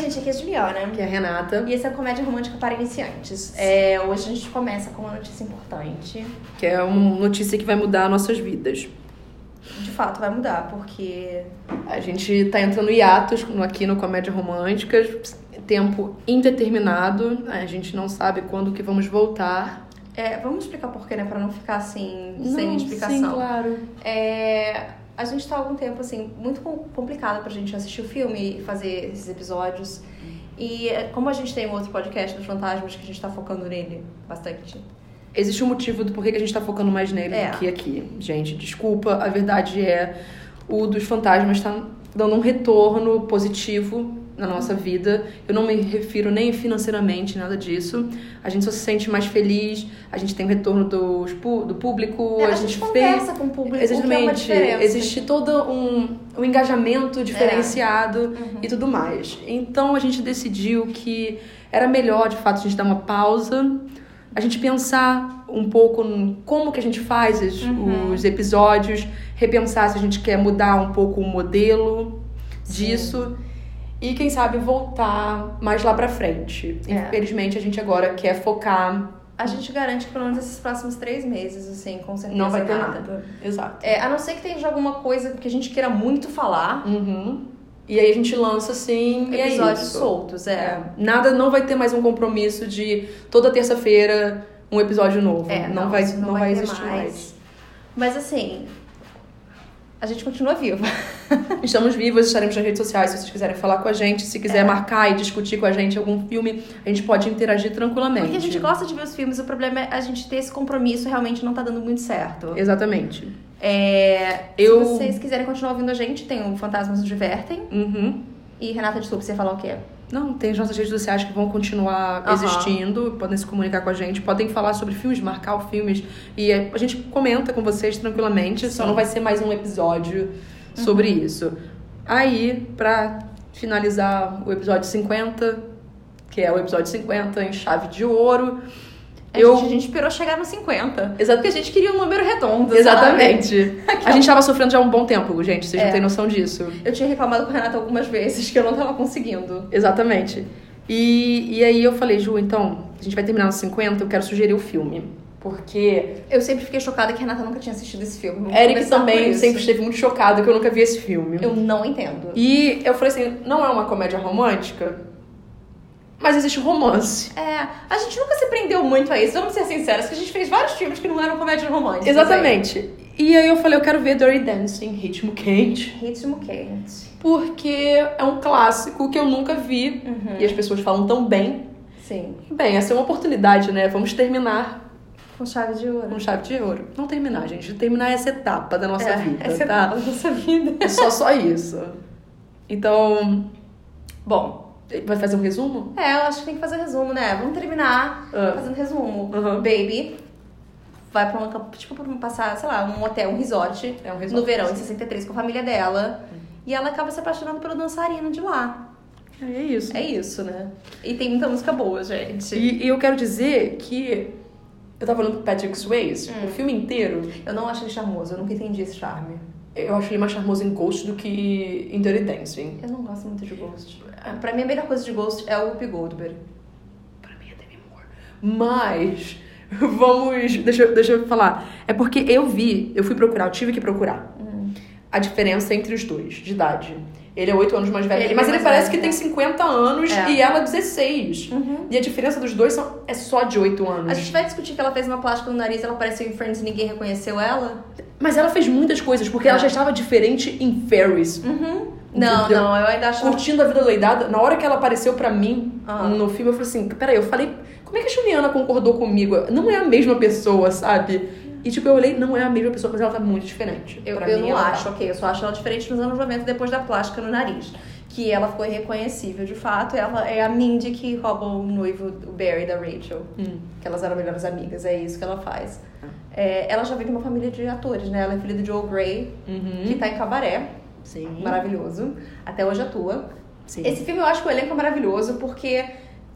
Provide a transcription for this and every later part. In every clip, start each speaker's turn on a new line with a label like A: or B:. A: gente, aqui é a Juliana.
B: Que é a Renata,
A: E esse é o Comédia Romântica para Iniciantes. É, hoje a gente começa com uma notícia importante.
B: que é uma notícia que vai mudar nossas vidas.
A: De fato, vai mudar, porque
B: A gente tá entrando em hiatos no- aqui no Comédia Romântica, tempo indeterminado, a gente não sabe quando que vamos voltar.
A: É, vamos explicar por quê, né? Pra não ficar assim, sem
B: Não,
A: explicação.
B: Sim, claro.
A: É, a gente tá há algum tempo, assim, muito com- complicado pra gente assistir o filme e fazer esses episódios. E é, como a gente tem um outro podcast dos Fantasmas, que a gente tá focando nele bastante.
B: Existe um motivo do porquê que a gente tá focando mais nele
A: É.
B: do que aqui. Gente, desculpa, a verdade é o dos fantasmas tá dando um retorno positivo na nossa vida. Eu não me refiro nem financeiramente, nada disso. A gente só se sente mais feliz, a gente tem o retorno dos pu- do público,
A: É,
B: a, gente, fez.
A: conversa com o público, o que é uma
B: Exatamente.
A: diferença.
B: Existe todo um, um engajamento diferenciado
A: Uhum.
B: e tudo mais. Então a gente decidiu que era melhor, de fato, a gente dar uma pausa, a gente pensar um pouco em como que a gente faz os,
A: Uhum.
B: os episódios, repensar se a gente quer mudar um pouco o modelo disso. E quem sabe voltar mais lá pra frente.
A: É.
B: Infelizmente, a gente agora quer focar.
A: A gente garante que pelo menos esses próximos três meses, assim, com certeza
B: Não vai ter nada. Exato.
A: É, a não ser que tenha alguma coisa que a gente queira muito falar,
B: Uhum. E aí a gente lança assim e é
A: episódios
B: isso.
A: soltos, é.
B: É. Nada não vai ter mais um compromisso de toda terça-feira um episódio novo.
A: É,
B: não, vai
A: isso
B: não, vai
A: ter
B: existir mais.
A: Mas assim, a gente continua viva.
B: Estamos vivos, estaremos nas redes sociais se vocês quiserem falar com a gente, se quiser
A: É.
B: marcar e discutir com a gente algum filme, a gente pode interagir tranquilamente.
A: Porque a gente gosta de ver os filmes, o problema é a gente ter esse compromisso realmente não tá dando muito certo.
B: Exatamente.
A: É,
B: Eu-
A: Se vocês quiserem continuar ouvindo a gente, tem o Fantasmas nos Divertem.
B: Uhum.
A: E Renata, desculpa, você ia falar o quê?
B: Não, tem as nossas redes sociais que vão continuar
A: Aham.
B: existindo, podem se comunicar com a gente, podem falar sobre filmes, marcar os filmes e é, a gente comenta com vocês tranquilamente, só
A: Sim. Uhum.
B: não vai ser mais um episódio sobre isso. Aí, pra finalizar o episódio 50, que é o episódio 50 em chave de ouro,
A: A,
B: eu
A: gente, a gente esperou chegar no 50.
B: Exa-
A: Porque a gente queria um número redondo.
B: Exatamente. A gente tava sofrendo já há um bom tempo, gente. Vocês
A: É.
B: não têm noção disso.
A: sabe? Eu tinha reclamado com a Renata algumas vezes que eu não tava conseguindo.
B: Exatamente. E, e aí eu falei, Ju, então, a gente vai terminar nos 50, eu quero sugerir o filme. Porque
A: Eu sempre fiquei chocada que a Renata nunca tinha assistido esse filme. Vamos
B: Eric
A: começar por
B: também
A: isso.
B: sempre esteve muito chocado que eu nunca vi esse filme.
A: Eu não entendo.
B: E eu falei assim, não é uma comédia romântica, mas existe romance.
A: É, a gente nunca se prendeu muito a isso, vamos ser sinceros, que a gente fez vários filmes que não eram comédia romântica.
B: Exatamente. E aí eu falei, eu quero ver Dirty Dancing, Ritmo Quente,
A: Ritmo quente.
B: porque é um clássico que eu nunca vi
A: Uhum.
B: e as pessoas falam tão bem.
A: Sim.
B: Bem, essa é uma oportunidade, né? Vamos terminar
A: Com chave de ouro.
B: com chave de ouro. Não terminar, gente. Terminar essa etapa da nossa
A: é,
B: vida,
A: essa é a
B: tá?
A: nossa vida.
B: É só, só isso. Então,
A: Bom,
B: vai fazer um resumo?
A: é, eu acho que tem que fazer resumo, né? Vamos terminar
B: Ah.
A: fazendo resumo.
B: Aham.
A: Baby vai pra uma, tipo, pra passar, sei lá, um hotel, um resort, Hum.
B: É um resumo.
A: no verão, em 63, com a família dela. E ela acaba se apaixonando pelo dançarino de lá.
B: É isso.
A: É isso, né? E tem muita música boa, gente.
B: E, e eu quero dizer que eu tava olhando pro Patrick Swayze,
A: Hum.
B: o filme inteiro,
A: Eu não acho ele charmoso, eu nunca entendi esse charme.
B: eu acho ele mais charmoso em Ghost do que em Dirty Dancing.
A: Eu não gosto muito de Ghost. É, Pra mim, a melhor coisa de Ghost é o Whoopi Goldberg.
B: Pra mim é Demi Moore. Mas, vamos. Deixa, eu- deixa eu falar. É porque eu vi, eu fui procurar, eu tive que procurar a diferença entre os dois de idade. Ele é 8 anos mais velho,
A: Ele é
B: mas ele
A: mais
B: parece
A: velho,
B: que tem
A: né?
B: 50 anos
A: É.
B: e ela 16. E a diferença dos dois são, é só de 8 anos.
A: A gente vai discutir que ela fez uma plástica no nariz, ela apareceu em Friends e ninguém reconheceu ela?
B: Mas ela fez muitas coisas, porque
A: É.
B: ela já estava diferente em Ferris. Uhum.
A: Não,
B: Entendeu?
A: não, eu ainda acho.
B: Curtindo a vida leidada, na hora que ela apareceu pra mim
A: Ah.
B: no filme, eu falei assim: peraí, eu falei, como é que a Juliana concordou comigo? Não é a mesma pessoa, sabe? E tipo, eu olhei, não é a mesma pessoa, mas ela tá muito diferente.
A: Eu,
B: Pra
A: eu não
B: mim, ela
A: acho,
B: Tá...
A: ok. Eu só acho ela diferente nos anos 90 depois da plástica no nariz. Que ela ficou irreconhecível de fato. Ela é a Mindy que rouba o noivo, o Barry da Rachel.
B: Hum.
A: Que elas eram melhores amigas, é isso que ela faz. É, ela já vem de uma família de atores, né? Ela é filha do Joe Gray,
B: Uhum.
A: que tá em cabaré.
B: Sim.
A: maravilhoso. Até hoje atua.
B: Sim.
A: Esse filme eu acho que o elenco é maravilhoso porque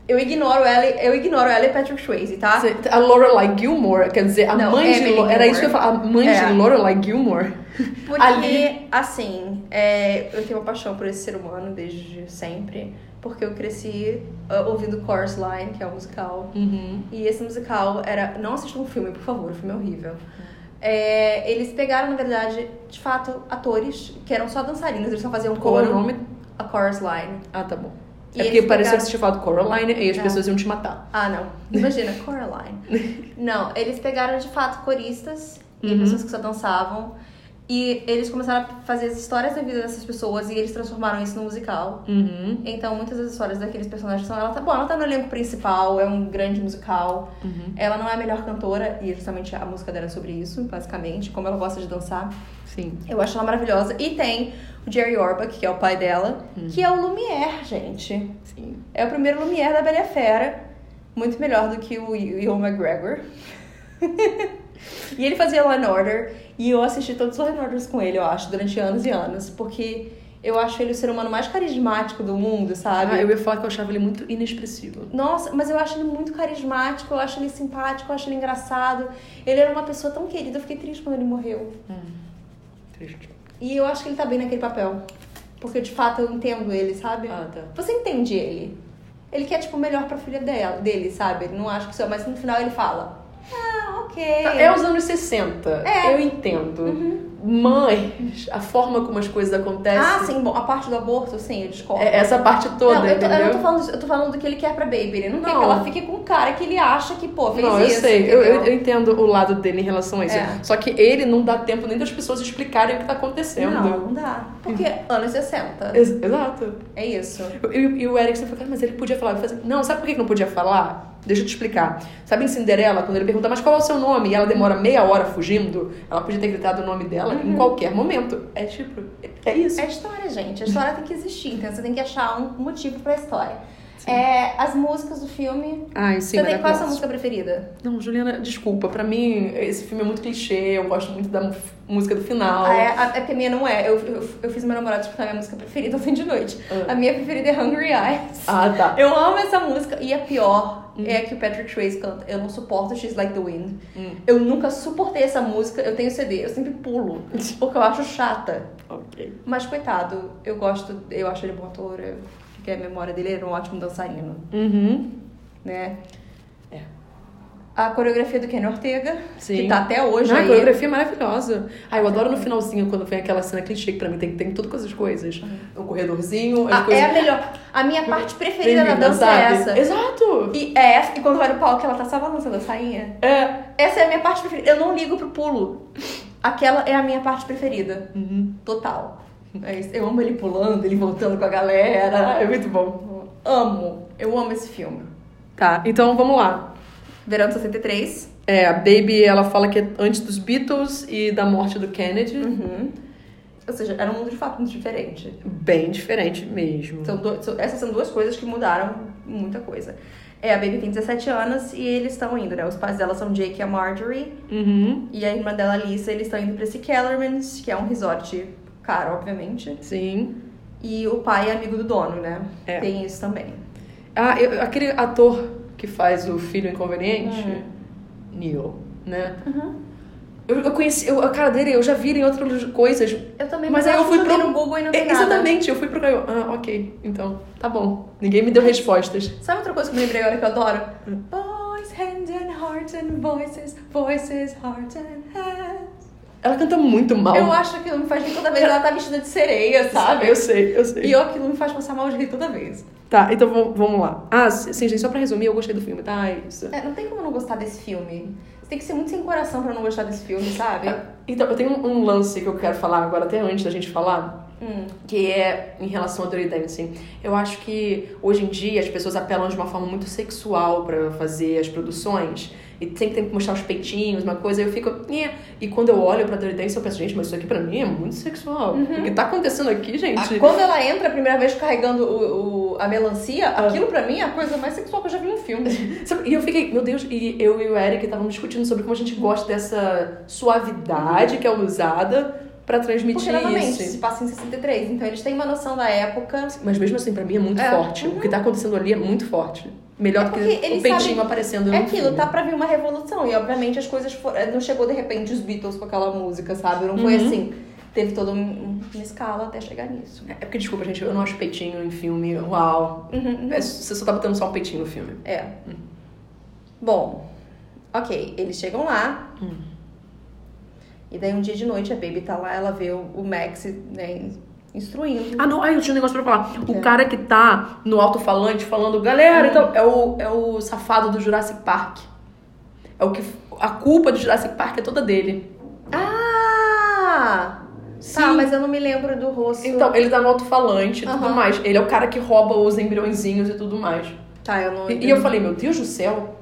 A: eu ignoro ela, eu ignoro ela e Patrick Swayze, tá?
B: Cê- A Lorelai Gilmore, quer dizer, a
A: Não, é
B: mãe de.
A: Emily
B: Lo- Era
A: Gilmore.
B: isso que eu ia falar, a mãe
A: É.
B: de Lorelai Gilmore.
A: Porque,
B: Ali-
A: assim, é, eu tenho uma paixão por esse ser humano desde sempre. porque eu cresci ah, ouvindo Chorus Line, que é o musical.
B: Uhum.
A: E esse musical era. Não assistam o filme, por favor, o filme é horrível. É, eles pegaram, na verdade, de fato, atores que eram só dançarinos, eles só faziam
B: Qual era o
A: coro,
B: nome?
A: a Chorus Line.
B: Ah, tá bom.
A: E
B: é porque
A: eles
B: parecia que
A: pegaram-
B: você tinha falado Coraline e as
A: É.
B: pessoas iam te matar.
A: Ah, não. Imagina, Coraline. Não, eles pegaram de fato coristas e
B: Uhum.
A: pessoas que só dançavam. E eles começaram a fazer as histórias da vida dessas pessoas e eles transformaram isso num musical.
B: Uhum.
A: Então, muitas das histórias daqueles personagens são. Ela tá, bom, ela tá no elenco principal, é um grande musical.
B: Uhum.
A: Ela não é a melhor cantora, e justamente a música dela é sobre isso, basicamente, como ela gosta de dançar.
B: Sim.
A: Eu acho ela maravilhosa. E tem o Jerry Orbach, que é o pai dela, que é o Lumière, gente.
B: Sim.
A: É o primeiro Lumière da Bela e a Fera. Muito melhor do que o Ewan McGregor. e ele fazia Law and Order. E eu assisti todos os Law and Orders com ele, eu acho, durante anos e anos. Porque eu acho ele o ser humano mais carismático do mundo, sabe?
B: Ah, eu ia falar que eu achava ele muito inexpressivo.
A: Nossa, mas eu acho ele muito carismático, eu acho ele simpático, eu acho ele engraçado. Ele era uma pessoa tão querida, eu fiquei triste quando ele morreu.
B: Triste.
A: E eu acho que ele tá bem naquele papel. Porque de fato eu entendo ele, sabe?
B: Ah, tá.
A: Você entende ele. Ele quer, tipo, o melhor pra filha dela, dele, sabe? Ele não acha que isso é, mas no final ele fala. Ah, ok.
B: É os anos 60.
A: É. Uhum.
B: Eu entendo. Mas a forma como as coisas acontecem.
A: Ah, sim, bom, a parte do aborto, sim, eu discordo.
B: é- Essa parte toda,
A: não, eu, tô, eu
B: entendeu?
A: não tô falando disso, eu tô falando do que ele quer pra Baby. Ele não, quer
B: Não.
A: que ela fique com um cara que ele acha que, pô, fez
B: Não, eu
A: isso.
B: sei, eu, eu,
A: entendeu?
B: eu entendo o lado dele em relação a isso.
A: É.
B: Só que ele não dá tempo nem das pessoas explicarem o que tá acontecendo.
A: Não, não dá. Porque anos 60.
B: Ex- exato.
A: É isso.
B: E, e o Eric sempre fala, cara, mas ele podia falar. Eu falei assim, não, sabe por que que não podia falar? Deixa eu te explicar. Sabe em Cinderela, quando ele pergunta, mas qual é o seu nome? E ela demora meia hora fugindo, ela podia ter gritado o nome dela em
A: Uhum.
B: qualquer momento. É tipo, é isso.
A: É história, gente. A história tem que existir, então você tem que achar um motivo pra história. É, as músicas do filme.
B: Ai, sim,
A: você tem qual é a sua
B: maravilhoso.
A: música preferida?
B: Não, Juliana, desculpa, pra mim esse filme é muito clichê, eu gosto muito da mu- música do final.
A: Ah, é, a, é que a minha não é. Eu, eu, eu fiz meu namorado escutar minha música preferida ontem de noite.
B: Ah.
A: A minha preferida é Hungry Eyes.
B: Ah, tá.
A: Eu amo essa música. E a pior é a que o Patrick Trace canta. Eu não suporto She's Like the Wind.
B: Hum.
A: Eu nunca suportei essa música. Eu tenho CD. Eu sempre pulo. Porque eu acho chata.
B: Ok.
A: Mas coitado, eu gosto. Eu acho ele um bom ator. Eu, que a memória dele era um ótimo dançarino.
B: Uhum.
A: né?
B: É.
A: A coreografia do Ken Ortega,
B: Sim.
A: que tá até hoje
B: Ah, a
A: aí.
B: coreografia é maravilhosa. Ah, eu adoro no finalzinho, quando vem aquela cena clichê, que pra mim tem, tem todas essas coisas. O corredorzinho, as
A: Uhum. Ah,
B: coisas...
A: é a melhor. A minha parte preferida da
B: Bem-vinda,
A: dança
B: sabe?
A: é essa.
B: Exato!
A: E é essa que quando vai no palco ela tá só balançando a sainha.
B: É.
A: Essa é a minha parte preferida. Eu não ligo pro pulo. Aquela é a minha parte preferida. Total. É isso. Eu amo ele pulando, ele voltando com a
B: Ah,
A: galera.
B: é muito bom.
A: Eu amo. Eu amo esse filme.
B: Tá, então vamos lá.
A: Verão de 63.
B: É, a Baby, ela fala que é antes dos Beatles e da morte do Kennedy.
A: Uhum. Ou seja, era um mundo de fato muito diferente.
B: Bem diferente mesmo.
A: São do- são- essas são duas coisas que mudaram muita coisa. É, a Baby tem 17 anos e eles estão indo, né? Os pais dela são Jake e a Marjorie.
B: Uhum.
A: E a irmã dela, Lisa, eles estão indo pra esse Kellerman's, que é um resort caro, obviamente.
B: Sim.
A: E o pai é amigo do dono, né?
B: É.
A: Tem isso também.
B: Ah, eu- aquele ator que faz o filho inconveniente,
A: Hum.
B: Neil, né? Eu, eu conheci, eu- a cara dele, eu já vi ele em outras coisas.
A: Eu também,
B: Mas
A: mas,
B: aí
A: eu
B: eu fui
A: joguei
B: pro-
A: no Google e não
B: É,
A: tem nada.
B: exatamente, eu fui pro Caio. Ah, ok. Então, tá bom. Ninguém me deu respostas.
A: Sabe outra coisa que eu lembrei agora que eu adoro?
B: Hum.
A: Boys, hands and hearts and voices, voices, hearts and hands.
B: Ela canta muito mal.
A: Eu acho que não me faz bem toda vez ela tá vestida de sereia, sabe?
B: Eu sei, eu sei.
A: E eu, aquilo me faz passar mal de rir toda vez.
B: Tá, então vamo- vamos lá. Ah, sim, gente, só pra resumir, eu gostei do filme, tá? É isso.
A: É, não tem como não gostar desse filme. Você tem que ser muito sem coração pra não gostar desse filme, sabe?
B: Então, eu tenho um, um lance que eu quero falar agora, até antes da gente falar,
A: Hum.
B: que é em relação ao Dirty Dancing. Eu acho que hoje em dia as pessoas apelam de uma forma muito sexual pra fazer as produções. E sempre tem que mostrar os peitinhos, uma coisa, eu fico. "Nhé". E quando eu olho pra Dirty Dancing, eu penso, gente, mas isso aqui pra mim é muito sexual. O que tá acontecendo aqui, gente?
A: Ah, Quando ela entra Uhum. a primeira vez carregando o, o- a melancia,
B: Ah.
A: aquilo pra mim é a coisa mais sexual que eu já vi num filme.
B: Sabe, E eu fiquei, meu Deus, e eu e o Eric estavam discutindo sobre como a gente gosta dessa suavidade que é usada pra
A: Porque,
B: transmitir
A: novamente,
B: isso.
A: se passa em 63, então eles têm uma noção da época.
B: Mas mesmo assim, pra mim é muito
A: É.
B: forte. O que tá acontecendo ali é muito forte. Melhor
A: É
B: do que
A: porque
B: o
A: eles
B: peitinho
A: sabem-
B: aparecendo
A: É
B: no
A: aquilo,
B: filme.
A: tá pra vir uma eh, revolução. E, obviamente, as coisas foram... Não chegou, de repente, os Beatles com aquela música, sabe? Não foi assim. teve toda um- um- uma escala até chegar nisso.
B: É porque, desculpa, gente, eu não acho peitinho em filme. Uau.
A: Uhum,
B: É, você só tá botando só um peitinho no filme.
A: É. Bom, ok, eles chegam lá. E daí um dia de noite a Baby tá lá, ela vê o, o Max né, instruindo.
B: Ah, não, ai, eu tinha um negócio pra falar. O
A: É.
B: cara que tá no alto-falante falando, galera, então, é o, é o safado do Jurassic Park. É o que. A culpa do Jurassic Park é toda dele.
A: Ah! Tá,
B: Sim.
A: mas eu não me lembro do rosto.
B: Então, ele tá no alto-falante e tudo
A: Aham.
B: mais. Ele é o cara que rouba os embriõezinhos e tudo mais.
A: tá, eu não.
B: E, e eu falei, meu Deus do céu.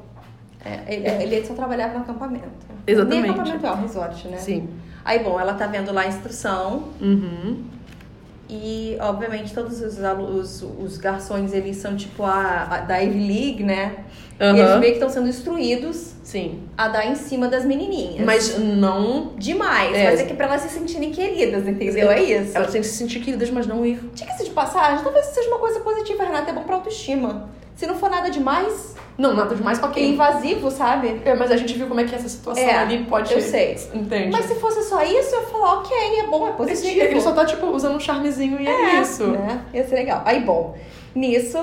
A: É, ele, ele só trabalhava no acampamento.
B: Exatamente.
A: Nem acampamento é um resort, né?
B: Sim.
A: Aí, bom, ela tá vendo lá a instrução
B: Uhum.
A: e, obviamente, todos os, alu- os, os garçons, eles são tipo a, a da Ivy League, né? E eles
B: Aham.
A: meio que estão sendo instruídos
B: Sim.
A: a dar em cima das menininhas.
B: Mas não.
A: Demais,
B: É.
A: mas é que pra elas se sentirem queridas, entendeu? É isso.
B: Elas têm que se sentir queridas, mas não ir.
A: Diga-se de passagem, talvez isso seja uma coisa positiva, Renata, é bom pra autoestima. Se não for nada demais,
B: Não, nada demais,
A: é
B: ok.
A: invasivo, sabe?
B: É, mas a gente viu como é que essa situação
A: É,
B: ali pode.
A: eu sei.
B: Entende?
A: Mas se fosse só isso, eu ia falar, ok, é bom, é
B: Ele,
A: positivo.
B: ele só tá, tipo, usando um charmezinho e é, isso.
A: Né? Ia ser legal. Aí, bom, nisso,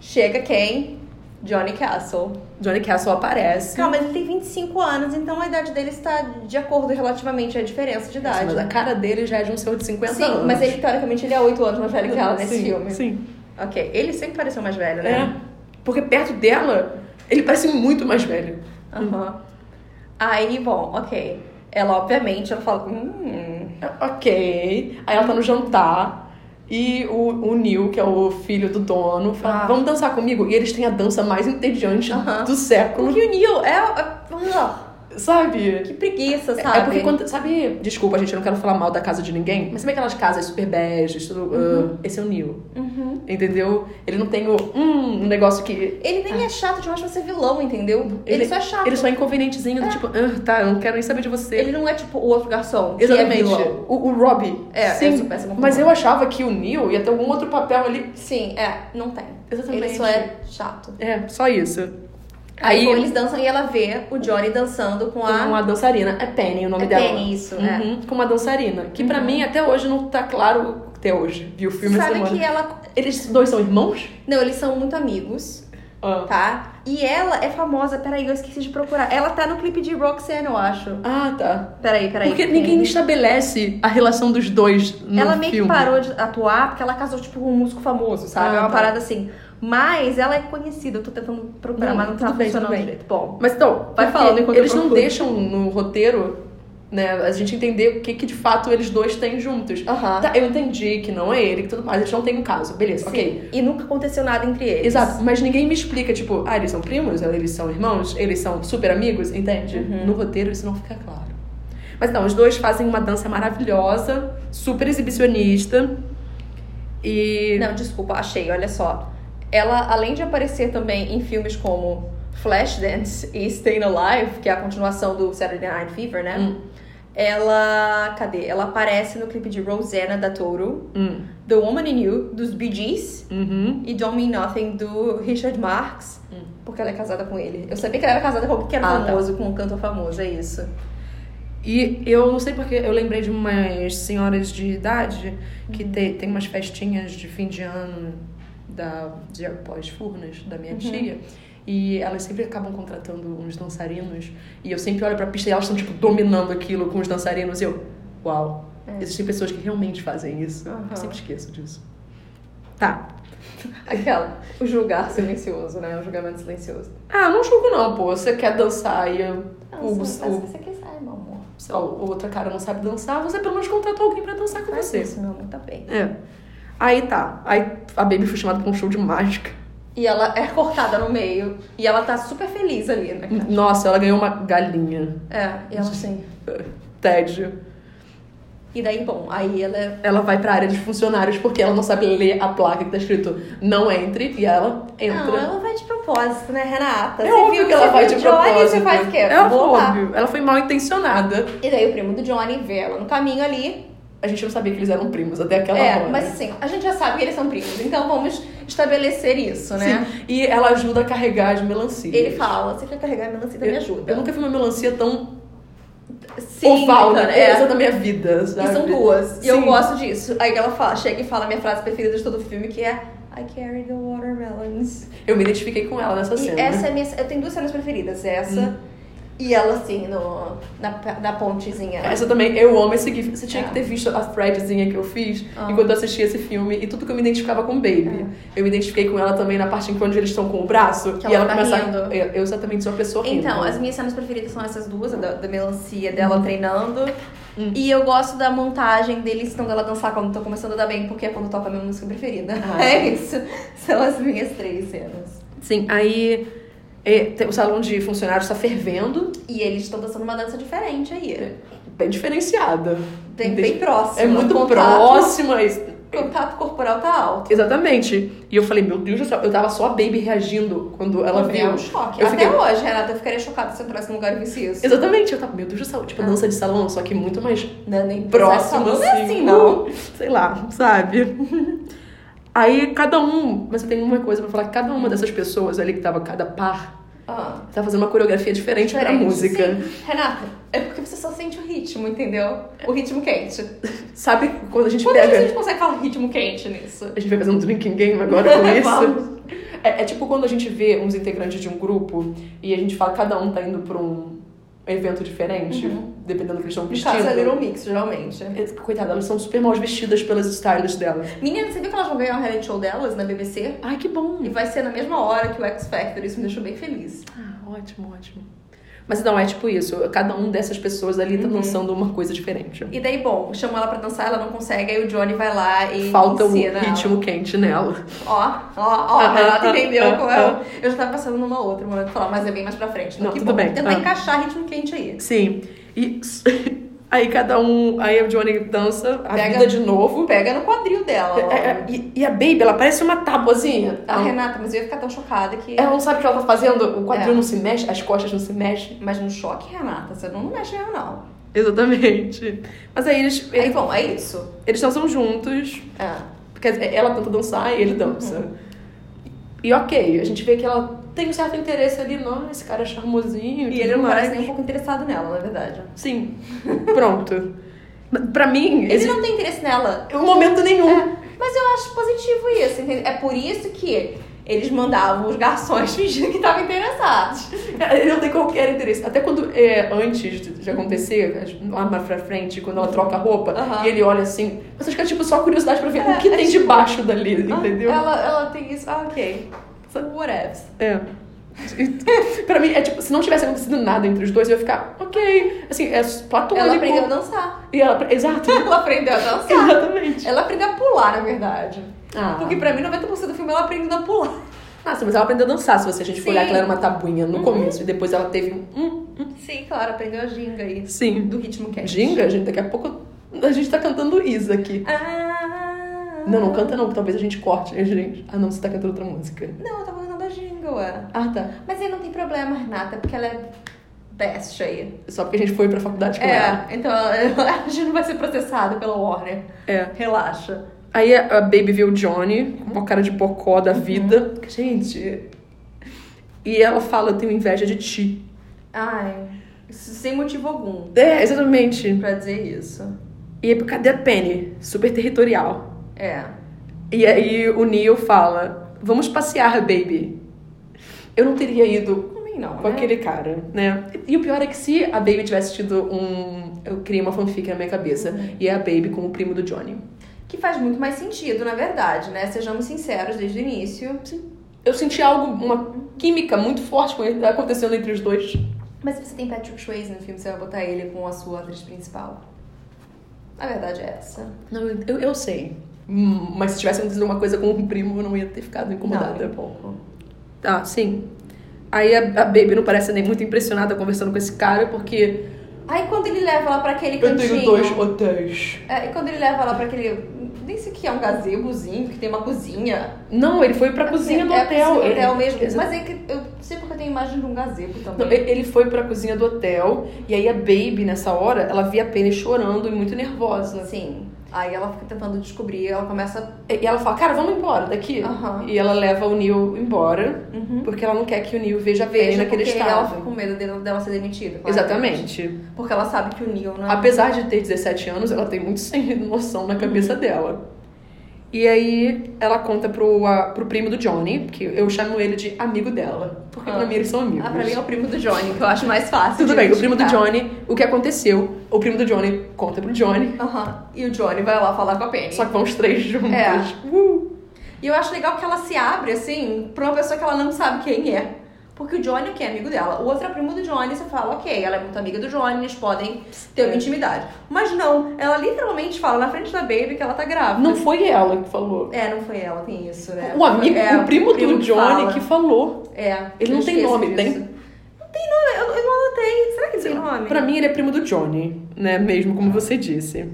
A: chega quem? Johnny Castle.
B: Johnny Castle aparece.
A: Calma, ele tem 25 anos, então a idade dele está de acordo relativamente à diferença de idade.
B: Mas a cara dele já é de um senhor de 50
A: Sim,
B: anos.
A: mas ele, teoricamente, ele é 8 anos mais velho que ela nesse
B: Sim,
A: filme.
B: Sim.
A: Ok, ele sempre pareceu mais velho,
B: É.
A: né?
B: Porque perto dela, ele parece muito mais velho.
A: Aham. Aí, bom, ok. Ela, obviamente, ela fala, hum...
B: É, Ok. Aí ela tá no jantar. E o, o Neil, que é o filho do dono, fala:
A: Ah.
B: Vamos dançar comigo? E eles têm a dança mais entediante
A: Aham.
B: do século.
A: Porque o Neil é... é-
B: Sabe?
A: Que preguiça, sabe?
B: É porque quando. Sabe? Desculpa, gente, eu não quero falar mal da casa de ninguém, mas sabe aquelas casas super beges? Tudo, ah, esse é o Neil.
A: Uhum.
B: Entendeu? Ele não tem o. Hum, um negócio que.
A: Ele nem é chato demais pra ser vilão, entendeu? Ele, só é chato.
B: Ah. Ele só é inconvenientezinho, do tipo, ah, tá, eu não quero nem saber de você.
A: Ele não é tipo o outro garçom. que
B: Exatamente.
A: É vilão.
B: o, o Robbie.
A: É,
B: Sim.
A: é super- super
B: mas
A: bom.
B: eu achava que o Neil ia ter algum outro papel ali.
A: Sim, é, não tem.
B: Exatamente.
A: Ele só é chato.
B: É, só isso.
A: Aí,
B: Aí,
A: bom, eles dançam e ela vê o Johnny dançando com a.
B: uma dançarina. É Penny o nome
A: é
B: dela.
A: Penny, isso, né?
B: Uhum, Com uma dançarina. Que pra mim até hoje não tá claro. Até hoje. Vi o filme essa
A: Sabe
B: semana.
A: que ela.
B: Eles dois são irmãos?
A: Não, eles são muito amigos,
B: Ah.
A: tá? E ela é famosa. Peraí, eu esqueci de procurar. Ela tá no clipe de Roxanne, eu acho.
B: Ah, tá.
A: Peraí, peraí.
B: Porque ninguém estabelece a relação dos dois no
A: Ela meio
B: filme.
A: que parou de atuar porque ela casou, tipo, com um músico famoso, sabe?
B: Ah,
A: é uma
B: tá.
A: parada assim. Mas ela é conhecida, eu tô tentando procurar,
B: Não,
A: mas não tá
B: tudo bem,
A: funcionando
B: tudo bem.
A: direito. Bom,
B: Mas então,
A: Vai
B: porque
A: falando enquanto eu
B: eles não
A: procuro.
B: deixam no roteiro, né, a gente entender o que, que de fato eles dois têm juntos.
A: aham.
B: Tá, eu entendi que não é ele, que tudo mais, eles não têm um caso, beleza,
A: Sim.
B: ok.
A: E nunca aconteceu nada entre eles.
B: Exato, mas ninguém me explica, tipo, ah, eles são primos, eles são irmãos, eles são super amigos, entende?
A: Uhum.
B: No roteiro isso não fica claro. Mas não, os dois fazem uma dança maravilhosa, super exibicionista. E.
A: Não, desculpa, achei, olha só. Ela, além de aparecer também em filmes como Flashdance e Stayin' Alive, que é a continuação do Saturday Night Fever, né?
B: Hum.
A: Ela. Cadê? Ela aparece no clipe de Rosanna da Touro,
B: Hum.
A: The Woman in You, dos Bee Gees,
B: Uhum.
A: e Don't Mean Nothing, do Richard Marx,
B: Hum.
A: porque ela é casada com ele. Eu sabia que ela era casada com alguém que era
B: Ah, tá.
A: famoso, com um cantor famoso, é isso.
B: E eu não sei porque eu lembrei de umas senhoras de idade que
A: Uhum.
B: te- tem umas festinhas de fim de ano da, de pós-furnas da
A: Uhum.
B: minha tia. E elas sempre acabam contratando uns dançarinos. E eu sempre olho pra pista e elas estão, tipo, dominando aquilo com os dançarinos. E eu, uau, existem pessoas que realmente fazem isso.
A: É. Aham.
B: Eu sempre esqueço disso. Tá.
A: Aquela, o julgar silencioso, né? O julgamento silencioso.
B: Ah, não julgo não, pô. Você quer dançar e o,
A: Não, você faz o
B: o,
A: que você quiser, meu amor.
B: sei lá, o outra cara não sabe dançar, você pelo menos contratou alguém pra dançar com
A: Faz
B: você.
A: isso, meu amor, tá bem.
B: É. Aí tá. Aí a Baby foi chamada pra um show de mágica.
A: E ela é cortada no meio. E ela tá super feliz ali, né? cara?
B: Nossa, ela ganhou uma galinha.
A: É, e ela assim.
B: Tédio.
A: E daí, bom, aí ela.
B: Ela vai pra área dos funcionários porque ela não sabe ler a placa que tá escrito não entre e ela entra.
A: Não, ela vai de propósito, né, Renata?
B: É
A: Ah, você
B: óbvio
A: viu
B: que ela
A: você
B: vai
A: viu
B: de
A: o Johnny,
B: propósito.
A: Você faz o quê?
B: É
A: Voltar.
B: óbvio. Ela foi mal intencionada.
A: E daí o primo do Johnny vê ela no caminho ali.
B: A gente não sabia que eles eram primos até aquela
A: é,
B: hora.
A: mas assim, a gente já sabe que eles são primos, então vamos estabelecer isso, né?
B: Sim. E ela ajuda a carregar as melancias.
A: Ele fala, você quer carregar a melancia, então me ajuda.
B: Eu nunca vi uma melancia tão
A: Sim,
B: oval na
A: bacana,
B: coisa
A: é.
B: da minha vida, sabe?
A: E são duas. E eu
B: Sim.
A: gosto disso. Aí ela fala, chega e fala a minha frase preferida de todo o filme, que é I carry the watermelons.
B: Eu me identifiquei com ela nessa
A: e
B: cena.
A: essa é a minha. Eu tenho duas cenas preferidas. Essa e ela assim, no, na, na pontezinha.
B: Essa também, eu amo esse gif. Você tinha
A: É.
B: que ter visto a threadzinha que eu fiz
A: Ah. É.
B: enquanto eu assistia esse filme e tudo que eu me identificava com o Baby. Eu me identifiquei com ela também na parte em que onde eles estão com o braço
A: Que
B: e
A: ela
B: ela
A: tá
B: começa
A: rindo.
B: a. É, Eu, eu exatamente sou a pessoa rindo.
A: Então, as minhas cenas preferidas são essas duas, a da, da melancia dela
B: Uhum.
A: treinando. E eu gosto da montagem deles estando ela dançar quando estão começando a dar bem, porque é quando toca a minha música preferida.
B: Ah.
A: É isso. São as minhas três cenas.
B: Sim, aí é, tem- o salão de funcionários está fervendo,
A: E eles estão dançando uma dança diferente aí.
B: bem diferenciada.
A: Bem, bem próximo.
B: É muito
A: Contato-
B: próxima. e-
A: Contato corporal tá alto.
B: Exatamente. E eu falei, meu Deus do céu, eu tava só a Baby reagindo quando ela
A: Também
B: viu.
A: É um choque.
B: Eu
A: Até
B: fiquei-
A: hoje, Renata, eu ficaria chocada se eu entrasse num lugar e visse isso.
B: Exatamente, eu tava, meu Deus do céu, tipo,
A: Ah.
B: dança de salão, só que muito mais
A: Não, nem
B: próximo,
A: Não é assim,
B: assim,
A: não.
B: uh, Sei lá, sabe? Aí cada um, mas eu tenho uma coisa pra falar, cada uma dessas pessoas ali que tava, cada par,
A: Ah.
B: tá fazendo uma coreografia diferente, pra
A: Diferente,
B: música.
A: sim. Renata, é porque você só sente o ritmo, entendeu? O ritmo quente.
B: Sabe quando a gente
A: Quando é que a
B: pega.
A: gente consegue falar ritmo quente nisso?
B: A gente vai fazer um drinking game agora com isso.
A: Vamos.
B: É, é tipo quando a gente vê uns integrantes de um grupo e a gente fala, cada um tá indo pra um evento diferente, dependendo do que eles estão
A: No caso, é
B: vestindo.
A: Little Mix, geralmente.
B: um É. Coitada, elas são super mal vestidas pelas stylists delas.
A: Menina, você viu que elas vão ganhar o reality show delas na BBC?
B: Ai, que bom!
A: E vai ser na mesma hora que o X Factor, isso me deixou bem feliz.
B: Ah, ótimo, ótimo. Mas não, é tipo isso. Cada um dessas pessoas ali
A: Uhum.
B: tá lançando uma coisa diferente.
A: E daí, bom, chamou ela pra dançar, ela não consegue, aí o Johnny vai lá e
B: Falta o
A: ensina ela.
B: ritmo quente nela.
A: Ó, ó, ó,
B: Ah,
A: Renata
B: ah,
A: entendeu
B: ah,
A: como
B: ah.
A: eu. Eu já tava pensando numa outra, uma hora que falar, mas é bem mais pra frente. Então,
B: Não,
A: que
B: tudo
A: bom.
B: bem.
A: Tentar
B: Ah.
A: encaixar ritmo quente aí.
B: Sim. E aí cada um. Aí o Johnny dança a
A: Pega- Oh.
B: vida de novo.
A: Pega no quadril dela. ó.
B: É, é, e, e a Baby, ela parece uma tabuazinha.
A: A
B: Ela-
A: Renata, mas eu ia ficar tão chocada que.
B: Ela não sabe o que ela tá fazendo. O quadril
A: É.
B: não se mexe, as costas não se mexem.
A: Mas no choque, Renata, você não mexe eu, não.
B: Exatamente. Mas aí eles
A: Aí,
B: eles,
A: bom, é isso.
B: eles dançam juntos.
A: É.
B: Porque ela tenta dançar e ele dança.
A: Uhum.
B: E ok, a gente vê que ela tem um certo interesse ali, não, esse cara é charmosinho.
A: E
B: tudo
A: ele não
B: mais.
A: parece nem um pouco interessado nela, na verdade.
B: Sim. Pronto. pra mim,
A: Ele
B: esse
A: não tem interesse nela.
B: não... momento nenhum.
A: Mas eu acho positivo isso, entendeu? É por isso que eles mandavam os garçons fingindo que estavam interessados.
B: É, Ele não tem qualquer interesse. Até quando é antes de, de acontecer, é, lá mais pra frente, quando ela troca a roupa,
A: Aham.
B: e ele olha assim, mas acho que é tipo só curiosidade pra ver
A: É,
B: o que
A: é
B: tem
A: tipo-
B: debaixo dali, entendeu?
A: Ela, ela tem isso. Ah, ok. Whatevs.
B: É. pra mim, é tipo, se não tivesse acontecido nada entre os dois, eu ia ficar, ok. Assim, é platônico.
A: Ela aprendeu a dançar.
B: E ela. Exato.
A: Ela aprendeu a dançar.
B: Exatamente.
A: Ela aprendeu a pular, na verdade.
B: Ah.
A: Porque pra mim, 90% do filme ela aprendeu a pular.
B: Nossa, mas ela aprendeu a dançar, se você a gente
A: Sim.
B: for olhar que ela era uma tabuinha no começo. E depois ela teve um. um,
A: Sim, claro, aprendeu a ginga aí.
B: Sim.
A: Do ritmo é. cat.
B: Ginga, gente, daqui a pouco a gente tá cantando Isa aqui.
A: Ah.
B: Não, não canta não, que talvez a gente corte, né, gente? Ah não, você tá cantando outra música.
A: Não, eu tava cantando a jingle, ué.
B: Ah, tá.
A: Mas aí não tem problema, Renata, porque ela é best aí.
B: Só porque a gente foi pra faculdade com ela.
A: É, então Tipo ela- a gente não vai ser processado pela Warner.
B: É.
A: Relaxa.
B: Aí a a Baby vê o Johnny, com uma cara de bocó da vida. Gente. E ela fala, eu tenho inveja de ti.
A: Ai, isso sem motivo algum
B: É, exatamente.
A: pra dizer isso.
B: E aí, cadê a Penny? Super territorial.
A: É.
B: E aí o Neil fala: Vamos passear, baby. Eu não teria ido
A: Também não,
B: com
A: né?
B: aquele cara, né? E o pior é que se a Baby tivesse tido um. Eu criei uma fanfic na minha cabeça. E é a Baby com o primo do Johnny.
A: Que faz muito mais sentido, na verdade, né? Sejamos sinceros desde o início.
B: Eu senti algo, uma química muito forte com ele acontecendo entre os dois.
A: Mas se você tem Patrick Swayze no filme, você vai botar ele com a sua atriz principal. A verdade é essa.
B: Não, eu, eu sei. Hum, Mas se tivesse acontecido uma coisa com o primo, eu não ia ter ficado incomodada.
A: Não, um pouco.
B: Tá, sim. Aí a, a Baby não parece nem muito impressionada conversando com esse cara, porque.
A: Aí quando ele leva ela pra aquele cantinho...
B: hotéis.
A: É, e quando ele leva ela pra aquele. Nem sei o que é um gazebozinho, que tem uma cozinha.
B: Não, ele foi pra cozinha do
A: é,
B: hotel.
A: É,
B: Ele-
A: hotel mesmo.
B: Exa-
A: Mas é que eu sei porque eu tenho imagem de um gazebo
B: Não,
A: também.
B: ele ele foi pra cozinha do hotel e aí a Baby, nessa hora, ela via a Penny chorando e muito nervosa.
A: Sim. Assim, Aí ela fica tentando descobrir, ela começa.
B: E ela fala, cara, vamos embora daqui.
A: Aham.
B: E ela leva o Neil embora,
A: Uhum.
B: porque ela não quer que o Neil veja bem
A: Veja, porque
B: naquele
A: ela Uhum. fica
B: estado.
A: com medo dela, dela ser demitida. claramente.
B: Exatamente.
A: Porque ela sabe que o Neil não é.
B: Apesar de ter 17 anos, ela tem muito sem noção na
A: Uhum.
B: cabeça dela. E aí ela conta pro, a- pro primo do Johnny, que eu chamo ele de amigo dela, porque
A: Ah.
B: pra mim eles são amigos.
A: Ah, pra mim é o primo do Johnny, que eu acho mais fácil.
B: Tudo
A: de
B: bem, o primo do
A: identificar.
B: Johnny, o que aconteceu, o primo do Johnny conta pro Johnny,
A: Aham. E o Johnny vai lá falar com a Penny.
B: só que vão os três juntos.
A: É.
B: Uh.
A: E eu acho legal que ela se abre, assim, pra uma pessoa que ela não sabe quem é. Porque o Johnny que é amigo dela. O outro é primo do Johnny, você fala, ok, ela é muito amiga do Johnny, eles podem
B: É.
A: ter uma intimidade. Mas não, ela literalmente fala na frente da Baby que ela tá grávida.
B: Não foi ela que falou.
A: É, não foi ela, tem isso, né?
B: O amigo,
A: É,
B: o primo, do
A: que
B: Johnny
A: fala.
B: que falou.
A: É.
B: Ele
A: eu
B: não tem
A: esqueço
B: nome,
A: disso.
B: tem?
A: Não tem nome, eu, eu não anotei. Será que tem nome?
B: Pra mim ele é primo do Johnny, né, mesmo como você disse.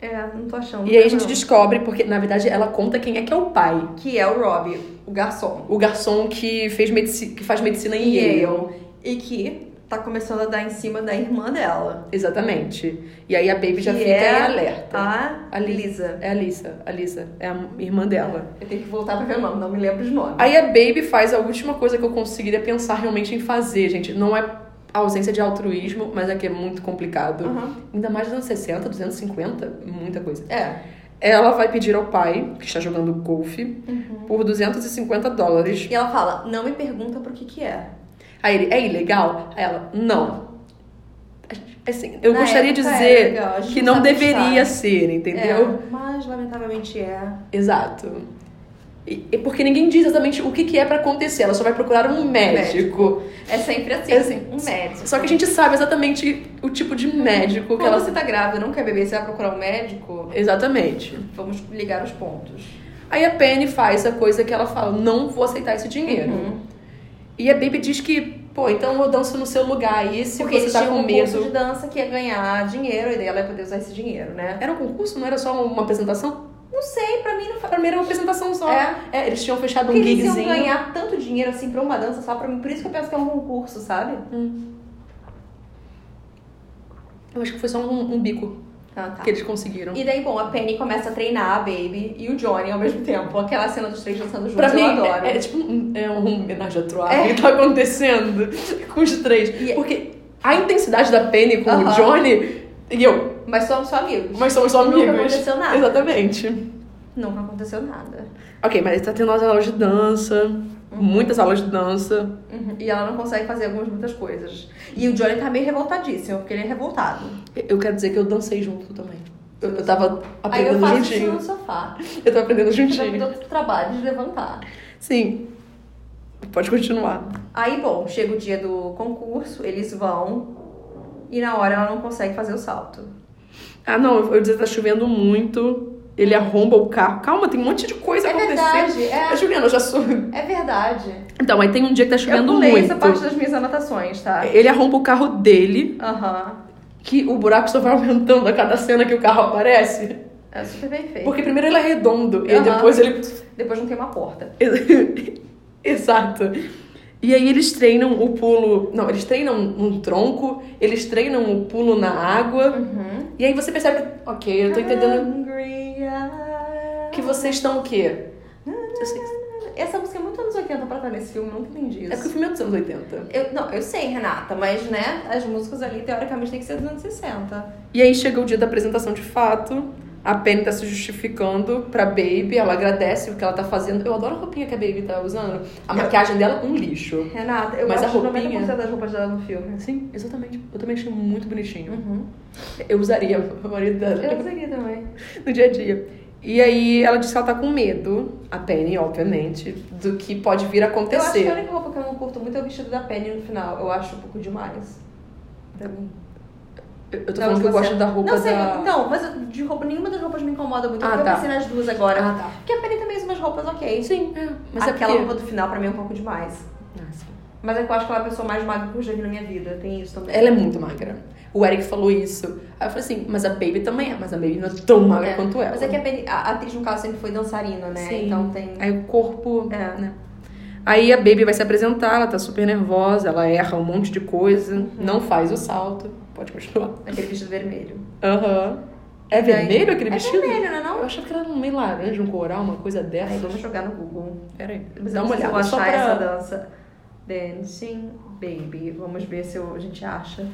A: É, não tô achando.
B: E aí a gente
A: não.
B: descobre, porque na verdade ela conta quem é que é o pai.
A: Que é o Rob, o garçom.
B: O garçom que, fez medici- que faz medicina em
A: E
B: Yale.
A: E que tá começando a dar em cima da irmã dela.
B: Exatamente. E aí a Baby já
A: Que
B: fica
A: é
B: em alerta.
A: A,
B: A Lisa.
A: Lisa.
B: É a Lisa, a Lisa. É a irmã dela.
A: Eu tenho que voltar pra ver o nome, não me lembro os nomes.
B: Aí a Baby faz a última coisa que eu conseguiria pensar realmente em fazer, gente. Não é a ausência de altruísmo, mas é que é muito complicado.
A: Aham.
B: Ainda mais nos anos 60, 250, muita coisa.
A: É.
B: Ela vai pedir ao pai, que está jogando golfe,
A: Uhum.
B: por 250 dólares.
A: E ela fala, não me pergunta pro que que é.
B: Aí ele, é ilegal? Aí ela, não. Assim, eu
A: Na
B: gostaria de
A: época
B: dizer
A: era legal, a gente
B: que
A: não
B: não
A: sabe
B: deveria
A: usar.
B: ser, entendeu?
A: É, mas lamentavelmente é.
B: Exato. E, e porque ninguém diz exatamente o que, que é pra acontecer, ela só vai procurar um médico.
A: É sempre assim,
B: É assim.
A: um médico.
B: Só que a gente sabe exatamente o tipo de médico que
A: Quando
B: ela.
A: você tá grávida e não quer beber, você vai procurar um médico?
B: Exatamente.
A: Vamos ligar os pontos.
B: Aí a Penny faz a coisa que ela fala: não vou aceitar esse dinheiro.
A: Uhum.
B: E a Baby diz que, pô, então eu danço no seu lugar. E se
A: Porque
B: você
A: eles
B: tá
A: tinham
B: com
A: um curso
B: medo.
A: de dança que ia ganhar dinheiro e daí ela ia poder usar esse dinheiro, né?
B: Era um concurso? Não era só uma apresentação?
A: Não sei, pra mim não faz.
B: Pra mim era uma apresentação só.
A: É.
B: É, eles tinham fechado
A: Porque
B: um
A: eles iam
B: gigzinho.
A: ganhar tanto dinheiro assim pra uma dança só pra mim. Por isso que eu penso que é um concurso, sabe?
B: Eu acho que foi só um, um bico
A: Ah, tá.
B: que eles conseguiram.
A: E daí, bom, a Penny começa a treinar a Baby e o Johnny ao mesmo tempo. Aquela cena dos três dançando juntos,
B: Pra
A: eu
B: mim,
A: adoro.
B: é, é tipo um, é um homenagem à Troá
A: É.
B: que tá acontecendo com os três.
A: E- é
B: Porque a intensidade da Penny com
A: Aham.
B: o Johnny e eu,
A: Mas somos só amigos.
B: mas somos só
A: Nunca
B: amigos.
A: aconteceu nada.
B: Exatamente.
A: Nunca aconteceu nada.
B: Ok, mas tá tendo as aulas de dança, muitas aulas de dança.
A: Uhum. E ela não consegue fazer algumas muitas coisas. E o Johnny tá meio revoltadíssimo, porque ele é revoltado.
B: Eu quero dizer que eu dancei junto também. Eu, eu tava
A: Aí eu
B: aprendendo
A: faço tá isso
B: juntinho.
A: no sofá.
B: Eu tava aprendendo
A: Eu
B: juntinho.
A: dou outro trabalho de levantar.
B: Sim. Pode continuar.
A: Aí, bom, chega o dia do concurso, eles vão. E na hora ela não consegue fazer o salto.
B: Ah, não, eu vou dizer que tá chovendo muito. Ele arromba o carro. Calma, tem um monte de coisa
A: É
B: acontecendo.
A: verdade, é.
B: Ah, Juliana, eu já sou.
A: É verdade.
B: Então, aí tem um dia que tá
A: Eu
B: chovendo
A: pulei
B: muito. É.
A: essa parte das minhas anotações, tá?
B: Ele arromba o carro dele,
A: Aham.
B: que o buraco só vai aumentando a cada cena que o carro aparece.
A: É super bem feito.
B: Porque primeiro ele é redondo e
A: Aham.
B: depois ele.
A: Depois não tem uma porta.
B: Exato. E aí eles treinam o pulo. Não, eles treinam um tronco, eles treinam o pulo na água.
A: Uhum.
B: E aí você percebe que. Ok, eu tô entendendo que vocês estão o quê? Eu sei-
A: Essa música é muito anos 80 pra estar nesse filme, nunca entendi
B: É porque o
A: isso.
B: filme é dos anos 80.
A: Eu, não, eu sei, Renata, mas né, as músicas ali teoricamente tem que ser dos anos 60.
B: E aí chega o dia da apresentação de fato. A Penny tá se justificando pra Baby, ela agradece o que ela tá fazendo. Eu adoro a roupinha que a Baby tá usando. A maquiagem dela, um lixo.
A: Renata, eu
B: Mas
A: gosto
B: a roupinha-
A: de 90% das roupas dela no filme.
B: Sim, exatamente. Eu também achei muito bonitinho.
A: Uhum.
B: Eu usaria o marido
A: Eu
B: dela
A: consegui também.
B: no dia a dia. E aí ela diz que ela tá com medo, a Penny, obviamente, do que pode vir a
A: Eu acho que a
B: acontecer.
A: única roupa que eu não curto muito é o vestido da Penny no final. Eu acho um pouco demais. Pra mim.
B: Eu, eu tô
A: Não,
B: falando que eu
A: você-
B: gosto da roupa
A: Não sei,
B: da.
A: então, mas eu- de roupa, nenhuma das roupas me incomoda muito.
B: Ah,
A: porque
B: tá.
A: eu pensei nas duas agora.
B: Ah, tá.
A: Porque a Penny também usa umas roupas ok.
B: Sim, Ah, é. Mas
A: Mas aquela
B: é
A: roupa do final pra mim é um pouco demais.
B: porque... Nossa.
A: Mas é que eu acho que ela é a pessoa mais magra que eu já vi na minha vida. Tem isso também.
B: Ela é muito magra. O Eric falou isso. Aí eu falei assim, mas a Baby também é, mas a Baby não é tão magra
A: É.
B: quanto ela.
A: Mas é que a, Penny- a- a atriz, no caso, sempre foi dançarina, né?
B: Sim.
A: Então tem.
B: Aí o corpo.
A: É.
B: Né? Aí a Baby vai se apresentar, ela tá super nervosa, ela erra um monte de
A: Uhum.
B: coisa, não faz o salto. Pode continuar.
A: Aquele vestido vermelho.
B: Aham. É vermelho aquele
A: É
B: vestido?
A: vermelho, não é não?
B: Eu achava que era um meio laranja, um coral, uma coisa
A: Aí
B: dessa.
A: vamos jogar no Google.
B: Pera aí,
A: Mas
B: dá uma
A: eu
B: olhada.
A: preciso
B: Só
A: achar essa
B: pra...
A: dança. Dancing Baby. Vamos ver se eu- a gente acha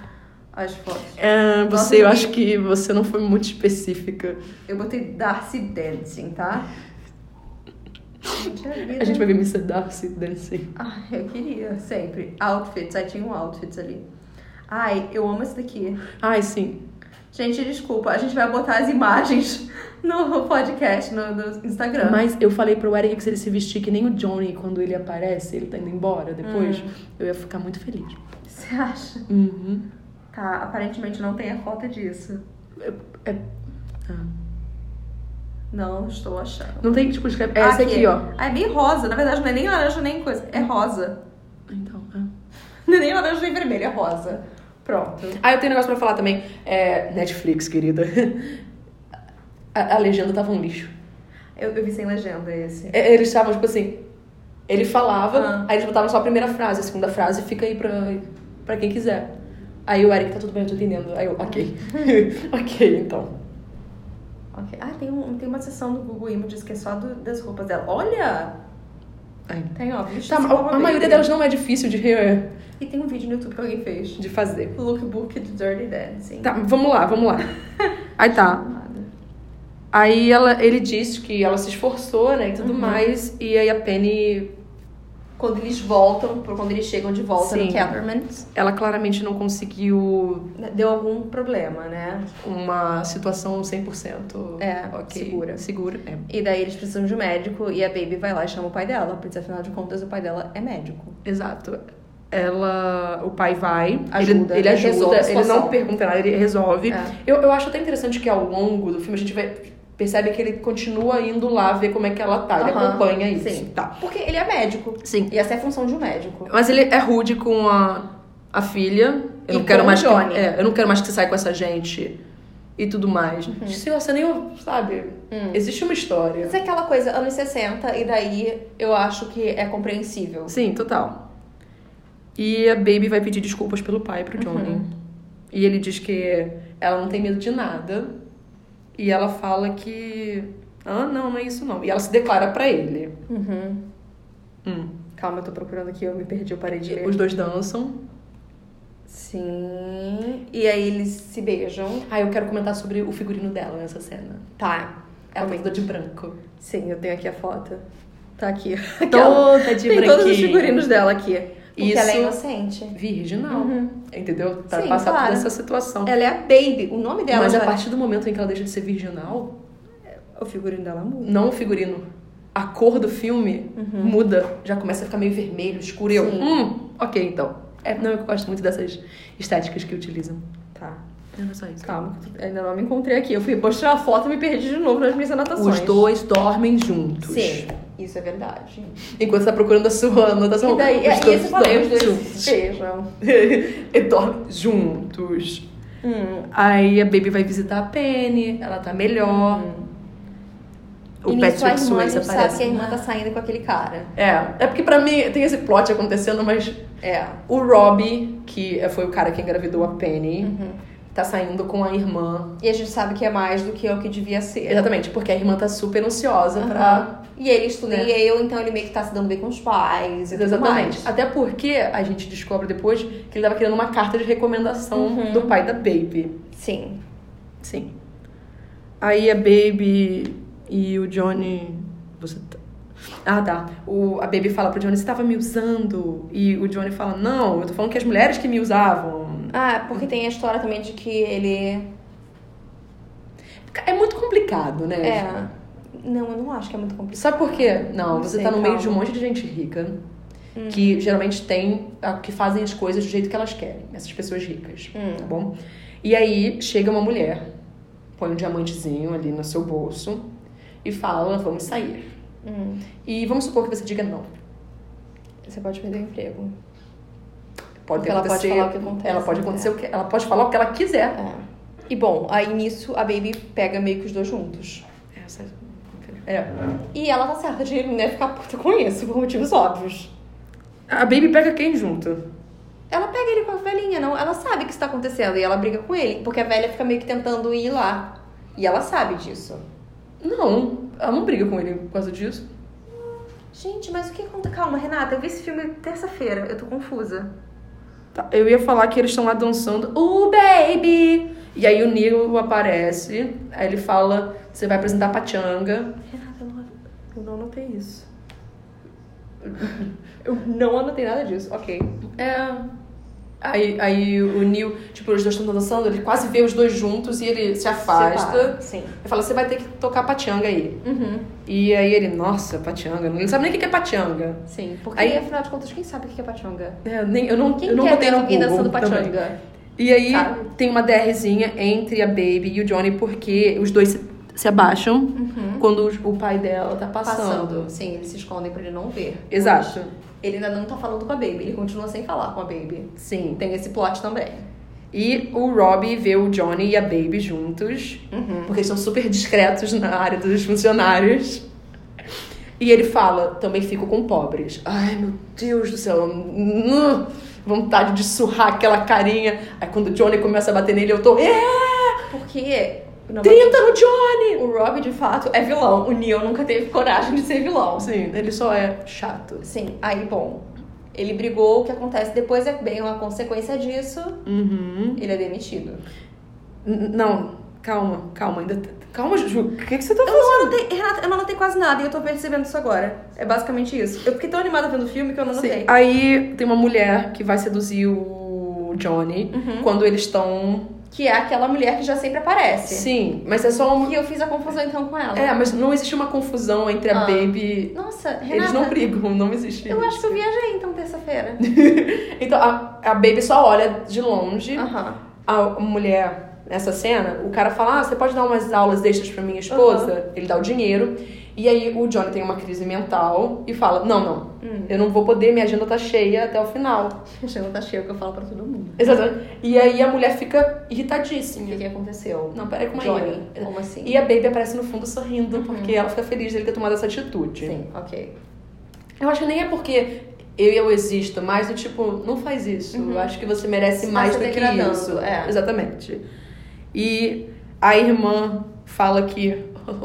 A: as fotos.
B: É, você,
A: Nossa,
B: eu
A: ninguém-
B: acho que você não foi muito específica.
A: Eu botei Darcy Dancing, tá? Gente, é vida.
B: A gente vai ver Mr. Darcy dancing.
A: Ai, Ah, eu queria, sempre. Outfits, aí tinha um outfits ali. Ai, eu amo esse daqui.
B: Ai, sim.
A: Gente, desculpa, a gente vai botar as imagens no podcast, no, no Instagram.
B: Mas eu falei pro Eric que se ele se vestir que nem o Johnny quando ele aparece, ele tá indo embora depois, eu ia ficar muito feliz.
A: Você acha?
B: Hum. Uhum.
A: Tá, aparentemente não tem a foto disso.
B: É- é- ah.
A: Não, estou achando.
B: Não tem, tipo, escreve. É essa aqui, ó.
A: Ah, é bem rosa. Na verdade, não é nem laranja nem coisa. É rosa.
B: Então, é.
A: Não é nem laranja nem vermelho, é rosa. Pronto.
B: Ah, eu tenho um negócio pra falar também. É, Netflix, querida. A, a legenda tava um lixo.
A: Eu, eu vi sem legenda esse.
B: É, Eles estavam, tipo assim. Ele falava,
A: Ah.
B: aí eles botavam só a primeira frase, a segunda frase fica aí pra, pra quem quiser. Aí o Eric tá tudo bem, eu tô entendendo. Aí eu, ok. ok, então.
A: Ok. Ah, tem, um, tem uma sessão do Google Images que é só do- das roupas dela. Olha!
B: Ai.
A: Tem, ó. bicho,
B: Tá,
A: esse
B: a,
A: povo
B: a maioria
A: baby.
B: delas não é difícil de, re-
A: E tem um vídeo no YouTube que alguém fez.
B: de fazer.
A: Lookbook do Dirty Dancing.
B: Tá, vamos lá, vamos lá. Aí tá. Aí ela, ele disse que ela se esforçou, né, e tudo
A: Uhum.
B: mais. E aí a Penny,
A: Quando eles voltam, por- quando eles chegam de volta
B: Sim.
A: no Kellerman's,
B: ela claramente não conseguiu
A: deu algum problema, né?
B: uma situação 100%
A: É,
B: ok,
A: segura.
B: Segura, é.
A: E daí eles precisam de um médico e a Baby vai lá e chama o pai dela, porque afinal de contas o pai dela é médico.
B: Exato. Ela, o pai vai,
A: Ajuda, ele
B: ele, ele ajuda,
A: resolve a
B: ele não
A: situação.
B: pergunta nada, ele resolve.
A: É.
B: Eu, eu acho até interessante que ao longo do filme a gente vai, percebe que ele continua indo lá ver como é que ela tá, ele
A: Aham,
B: acompanha isso.
A: sim.
B: Tá.
A: Porque ele é médico.
B: Sim.
A: E essa é a função de um médico.
B: Mas ele é rude com a, a filha. Eu
A: E
B: não quero
A: com o
B: mais que,
A: Johnny.
B: é, eu não quero mais que você saia com essa gente e tudo mais. Se você nem, sabe, existe uma história.
A: Mas é aquela coisa, anos 60, e daí eu acho que é compreensível.
B: Sim, total. E a Baby vai pedir desculpas pelo pai pro Johnny. E ele diz que ela não tem medo de nada. E ela fala que ah, não, não é isso não. E ela se declara pra ele.
A: Uhum.
B: Hum.
A: Calma, eu tô procurando aqui, eu me perdi, eu parei de ler.
B: Os dois dançam.
A: Sim. E aí eles se beijam.
B: Ah, eu quero comentar sobre o figurino dela nessa cena.
A: Tá.
B: Ela tá toda de branco.
A: Sim, eu tenho aqui a foto. Tá aqui.
B: Toda de
A: Tem todos os
B: branquinho.
A: figurinos dela aqui. Porque
B: Isso.
A: ela é inocente.
B: Virginal. Entendeu? Tá
A: Sim,
B: passar
A: claro.
B: toda essa situação.
A: Ela é a Baby. O nome dela
B: Mas a
A: já-
B: partir do momento em que ela deixa de ser virginal,
A: O figurino dela é muda.
B: não o figurino, a cor do filme muda. Já começa a ficar meio vermelho, escuro. E eu,
A: Uhum. Sim.
B: hum, ok, então. É, não, eu gosto muito dessas estéticas que utilizam.
A: Tá.
B: Não é só isso.
A: Calma, que eu tô- ainda não me encontrei aqui. Eu fui postar a foto e me perdi de novo nas minhas anotações.
B: Os dois dormem juntos.
A: Sim, isso é verdade.
B: Enquanto você tá procurando a sua anotação.
A: E daí,
B: os
A: é, e
B: dois
A: esse falei, os dois
B: juntos.
A: se beijam.
B: e dormem juntos.
A: Hum.
B: Aí a Baby vai visitar a Penny, ela tá melhor.
A: Uhum. e
B: O
A: nisso a irmã,
B: Patrick
A: a
B: Swayze
A: gente sabe
B: aparece.
A: que a irmã tá saindo com aquele cara.
B: É, é porque pra mim tem esse plot acontecendo, mas
A: É.
B: o Robbie, que foi o cara que engravidou a Penny, tá saindo com a irmã.
A: E a gente sabe que é mais do que o que devia ser.
B: Exatamente, porque a irmã tá super ansiosa pra.
A: Pra... E ele estuda
B: Né?
A: em Yale, então ele meio que tá se dando bem com os pais e tudo
B: Exatamente.
A: mais.
B: Até porque a gente descobre depois que ele tava querendo uma carta de recomendação
A: Uhum.
B: do pai da Baby.
A: Sim.
B: Sim. Aí a Baby e o Johnny. Você tá... Ah, tá. O, a Baby fala pro Johnny, você tava me usando. E o Johnny fala, não, eu tô falando que as mulheres que me usavam.
A: Ah, porque tem a história também de que ele.
B: É muito complicado, né?
A: É. Não, eu não acho que é muito complicado.
B: Sabe por quê? Não,
A: Não
B: você
A: sei,
B: tá no meio
A: calma. Hum.
B: de um monte de gente rica que geralmente tem a- que fazem as coisas do jeito que elas querem, essas pessoas ricas,
A: Hum.
B: tá bom? E aí chega uma mulher, põe um diamantezinho ali no seu bolso e fala, vamos sair.
A: Hum.
B: E vamos supor que você diga não.
A: Você pode perder o emprego.
B: Pode
A: Porque ela pode
B: acontecer,
A: falar o que acontece,
B: Ela pode
A: né?
B: acontecer o que, ela pode falar o que ela quiser.
A: É. E bom, aí nisso a Baby pega meio que os dois juntos.
B: É.
A: E ela tá certa de ele né, ficar puta com isso, por motivos óbvios.
B: A Baby pega quem junto?
A: Ela pega tá ele com a velhinha, não? Ela sabe o que está acontecendo e ela briga com ele, porque a velha fica meio que tentando ir lá. E ela sabe disso.
B: Não, ela não briga com ele por causa disso.
A: Gente, mas o que acontece? Calma, Renata, eu vi esse filme terça-feira, eu tô confusa.
B: Tá, Eu ia falar que eles estão lá dançando, oh baby! E aí o Nilo aparece, aí ele fala, você vai apresentar a Pachanga.
A: Renata, eu não, eu não anotei isso. Eu não anotei nada disso, ok.
B: É. Aí, aí o Nil, tipo, os dois estão dançando, ele quase vê os dois juntos e ele se afasta.
A: Separa, Sim.
B: Ele fala, você vai ter que tocar Pachanga aí.
A: Uhum.
B: E aí ele, nossa, Pachanga, ele não sabe nem o que que é Pachanga.
A: Sim, porque
B: Aí-
A: afinal de contas, quem sabe o que é pachanga?
B: É, nem, eu não,
A: Quem
B: eu não
A: quer ver
B: botei no
A: alguém
B: Google
A: dançando
B: também.
A: pachanga?
B: E aí
A: Sabe?
B: tem uma DRzinha entre a Baby e o Johnny, porque os dois se, se abaixam quando os- o pai dela tá passando.
A: Uhum. Passando. Sim, eles se escondem pra ele não ver.
B: Exato.
A: Ele ainda não tá falando com a Baby, ele continua sem falar com a Baby.
B: Sim.
A: Tem esse plot também.
B: E o Robbie vê o Johnny e a Baby juntos, porque eles são super discretos na área dos funcionários. E ele fala, também fico com pobres. Ai, meu Deus do céu. nu, Vontade de surrar aquela carinha. Aí quando o Johnny começa a bater nele, eu tô. É!
A: Porque. não,
B: 30 no Johnny!
A: O Rob, de fato, é vilão. O Neil nunca teve coragem de ser vilão.
B: Sim, ele só é chato.
A: Sim, aí, bom. Ele brigou, o que acontece depois é bem uma consequência disso.
B: Uhum.
A: Ele é demitido.
B: Não, calma, calma, ainda. t- Calma, Juju, o que, que você tá
A: Eu não anotei, Renata, eu não anotei quase nada e eu tô percebendo isso agora. É basicamente isso. Eu fiquei tão animada vendo o filme que eu não anotei.
B: Sim. Aí tem uma mulher que vai seduzir o Johnny
A: Uhum.
B: quando eles estão.
A: Que é aquela mulher que já sempre aparece.
B: Sim, mas é só um.
A: E eu fiz a confusão então com ela.
B: É, mas não existe uma confusão entre a
A: Ah.
B: Baby.
A: Nossa, Renata.
B: Eles não brigam, não existe.
A: Eu acho que eu viajei então terça-feira.
B: Então a, a Baby só olha de longe.
A: Aham.
B: a mulher nessa cena, o cara fala: ah, você pode dar umas aulas extras pra minha esposa? Ele dá o dinheiro. E aí o Johnny tem uma crise mental e fala: não, não,
A: Hum.
B: eu não vou poder, minha agenda tá cheia até o final.
A: Achei que tá cheio que eu falo pra todo mundo.
B: Exatamente. E aí a mulher fica
A: O
B: irritadíssima.
A: que, que aconteceu?
B: Não, peraí, como é
A: Johnny,
B: ele?
A: como assim?
B: E a Baby aparece no fundo sorrindo, porque ela fica feliz dele ter tomado essa atitude.
A: Uhum. Sim, ok.
B: Eu acho que nem é porque eu e eu existo, mas do tipo, não faz isso. Eu acho que você merece
A: Você
B: mais
A: Uhum. tá
B: do que
A: degradando,
B: isso.
A: é.
B: Exatamente. E a irmã fala que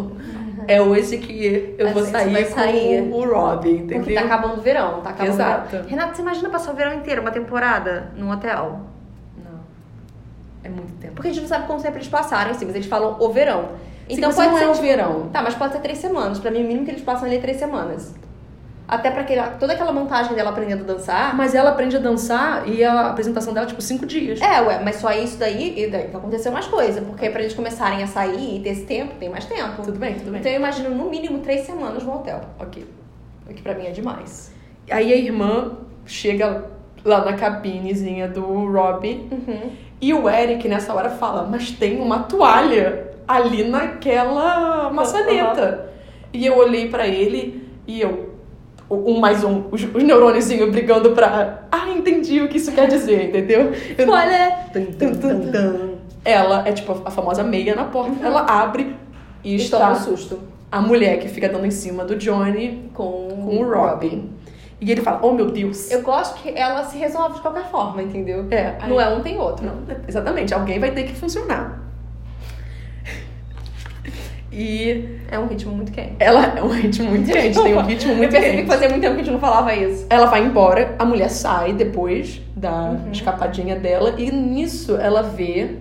B: é hoje que eu
A: Assim,
B: vou
A: você
B: sair,
A: vai sair.
B: com o Robin,
A: Porque tá
B: entendeu?
A: acabando o verão, tá acabando
B: Exato.
A: o verão. Renata, você imagina passar o verão inteiro, uma temporada, num hotel?
B: Não. É muito tempo.
A: Porque a gente não sabe quanto tempo eles passaram, assim, mas eles falam o verão. Então
B: mas
A: pode
B: não
A: ser.
B: é o
A: tipo,
B: verão.
A: Tá, mas pode ser três semanas. Pra mim, o mínimo que eles passam ali é três semanas. Até pra aquela, toda aquela montagem dela aprendendo a dançar.
B: Ah, Mas ela aprende a dançar e a apresentação dela é tipo cinco dias.
A: É, ué, mas só isso daí, e daí aconteceu mais coisa. Porque pra eles começarem a sair e ter esse tempo, tem mais tempo.
B: Tudo bem, tudo bem.
A: Então eu imagino no mínimo três semanas no hotel.
B: Ok.
A: O que pra mim é demais.
B: Aí a irmã chega lá na cabinezinha do Robin
A: Uhum.
B: E o Eric nessa hora fala, mas tem uma toalha ali naquela maçaneta.
A: Uhum.
B: E eu olhei pra ele e eu, um mais um, os, os neurôniozinhos brigando pra. Ah, entendi o que isso quer dizer, entendeu? Eu-
A: Olha!
B: tum, tum, Ela é tipo a famosa meia na porta.
A: Uhum.
B: Ela abre e
A: Estou com
B: está
A: susto.
B: a mulher que fica dando em cima do Johnny
A: Com,
B: com o Robin. E ele fala, oh meu Deus.
A: Eu gosto que ela se resolve de qualquer forma, entendeu?
B: É, aí-
A: Não é um tem outro.
B: Não, exatamente, alguém vai ter que funcionar. E
A: É um ritmo muito quente.
B: ela é um ritmo muito quente, tem um ritmo
A: Eu
B: muito
A: percebi que
B: quente.
A: fazia muito tempo que a gente não falava isso.
B: Ela vai embora, a mulher sai depois da escapadinha dela, e nisso ela vê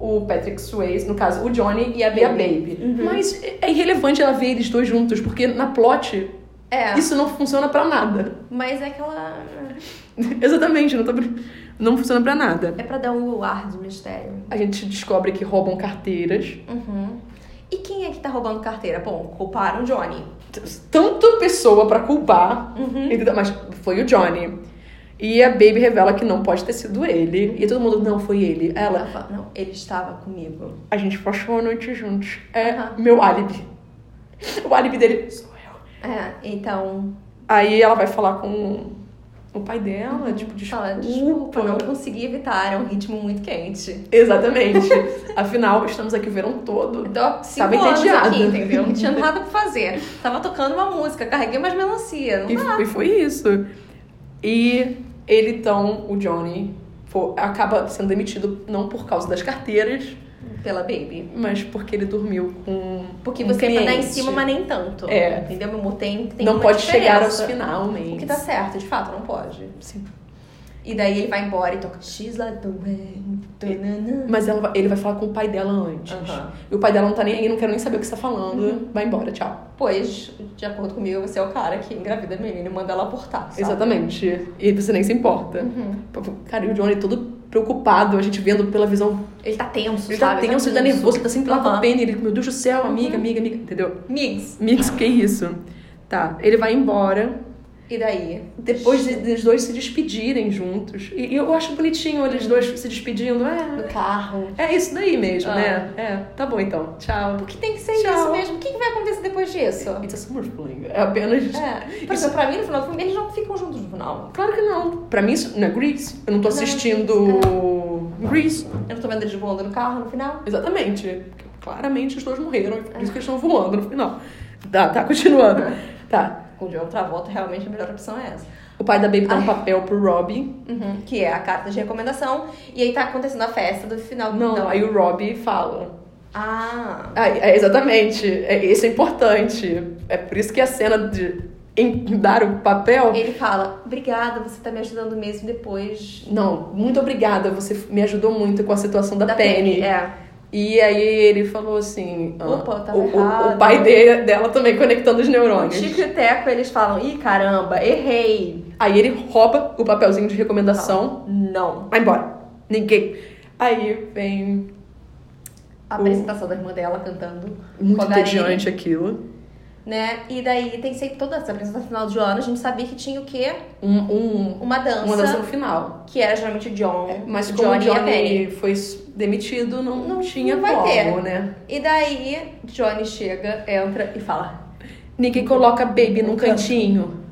B: o Patrick Swayze, no caso o Johnny e a Baby. Mas é irrelevante ela ver eles dois juntos, porque na plot
A: É.
B: isso não funciona pra nada.
A: Mas é aquela.
B: Exatamente, não, tô brin- não funciona pra nada.
A: É pra dar um luar de mistério.
B: A gente descobre que roubam carteiras.
A: Uhum. E quem é que tá roubando carteira? Bom, culparam o Johnny.
B: tanta pessoa pra culpar,
A: Uhum.
B: entendeu? mas foi o Johnny. E a Baby revela que não pode ter sido ele. E todo mundo, não, foi ele.
A: Ela
B: Ela,
A: fala, não, ele estava comigo.
B: a gente passou a noite juntos. É
A: Aham.
B: meu álibi. O álibi dele sou eu.
A: É, então.
B: Aí ela vai falar com o pai dela, tipo, desculpa.
A: Fala, desculpa, não consegui evitar. É um ritmo muito quente.
B: Exatamente. Afinal, estamos aqui o verão todo.
A: Tô cinco
B: Tava
A: anos
B: entediada.
A: aqui, entendeu? Não tinha nada pra fazer. Tava tocando uma música, carreguei umas melancia. Não
B: E, e foi isso. E ele, então, o Johnny, fo- acaba sendo demitido não por causa das carteiras,
A: pela Baby.
B: Mas porque ele dormiu com.
A: Porque
B: um
A: você tá
B: cliente.
A: em cima, mas nem tanto.
B: É.
A: Entendeu? Meu amor? Tem, tem
B: Não
A: uma
B: pode chegar aos
A: diferença.
B: finalmente.
A: O que tá certo, de fato, não pode.
B: Sim.
A: E daí ele vai embora e toca She's like the rain. tanana."
B: Mas ela vai- ele vai falar com o pai dela antes.
A: Aham. Uhum.
B: E o pai dela não tá nem aí, não quero nem saber o que você tá falando. Vai embora, tchau.
A: Pois, de acordo comigo, você é o cara que engravida a menina e manda ela abortar. sabe? Uhum.
B: Exatamente. E você nem se importa. Cara, e o Johnny todo preocupado, a gente vendo pela visão.
A: Ele tá tenso,
B: Ele tá
A: sabe?
B: tenso, ele tá nervoso, ele tá sempre lá com a
A: Aham. Uhum.
B: pena. Ele, meu Deus do céu, amiga, amiga, amiga. Entendeu?
A: Migs.
B: Mix, que isso? Tá, ele vai embora.
A: E daí?
B: Depois de- dos dois se despedirem juntos. E, e eu acho bonitinho eles dois se despedindo. É,
A: No carro.
B: é isso daí mesmo,
A: Ah.
B: né? É, tá bom então. Tchau.
A: Porque tem que ser
B: Tchau.
A: isso mesmo. O que, que vai acontecer depois disso?
B: It's a summer fling. É apenas.
A: É. Por
B: Isso-
A: exemplo, pra mim, no final do filme, eles não ficam juntos no final.
B: Claro que não. Pra mim, isso não é Grease. Eu não tô
A: Não,
B: assistindo. Grease.
A: Eu não tô vendo eles voando no carro no final.
B: Exatamente. Claramente os dois morreram. é Por isso que eles estão voando no final. Tá, tá, continuando. Tá.
A: Com o John Travolta, realmente a melhor opção é essa.
B: O pai da Baby dá um papel pro Robbie.
A: Que é a carta de recomendação. E aí tá acontecendo a festa do final.
B: Não, aí o Robbie fala.
A: Ah.
B: Ah, é, exatamente. É, isso é importante. É por isso que a cena de em- dar o papel.
A: Ele fala, obrigada, você tá me ajudando mesmo depois
B: Não, muito obrigada. Você me ajudou muito com a situação da, Penny.
A: É.
B: E aí ele falou assim. ah,
A: Opa, eu tava
B: o, o-
A: errado.
B: o pai dele, dela também conectando os
A: O
B: neurônios.
A: Tico e o Teco, eles falam, ih, caramba, errei.
B: Aí ele rouba o papelzinho de recomendação,
A: Não.
B: vai embora. Ninguém. Aí vem
A: A
B: O-
A: apresentação da irmã dela cantando.
B: muito
A: com a Garine,
B: entediante aquilo.
A: Né? E daí tem sempre toda essa apresentação final de ano, a gente sabia que tinha o quê?
B: Um, um,
A: Uma dança.
B: uma dança no final.
A: Que era geralmente o John.
B: Mas como
A: Johnny
B: Johnny,
A: e a Penny.
B: Johnny foi s- demitido, não,
A: Não-
B: tinha
A: não vai
B: como,
A: ter.
B: né?
A: E daí Johnny chega, entra e fala.
B: Ninguém coloca Baby num cantinho.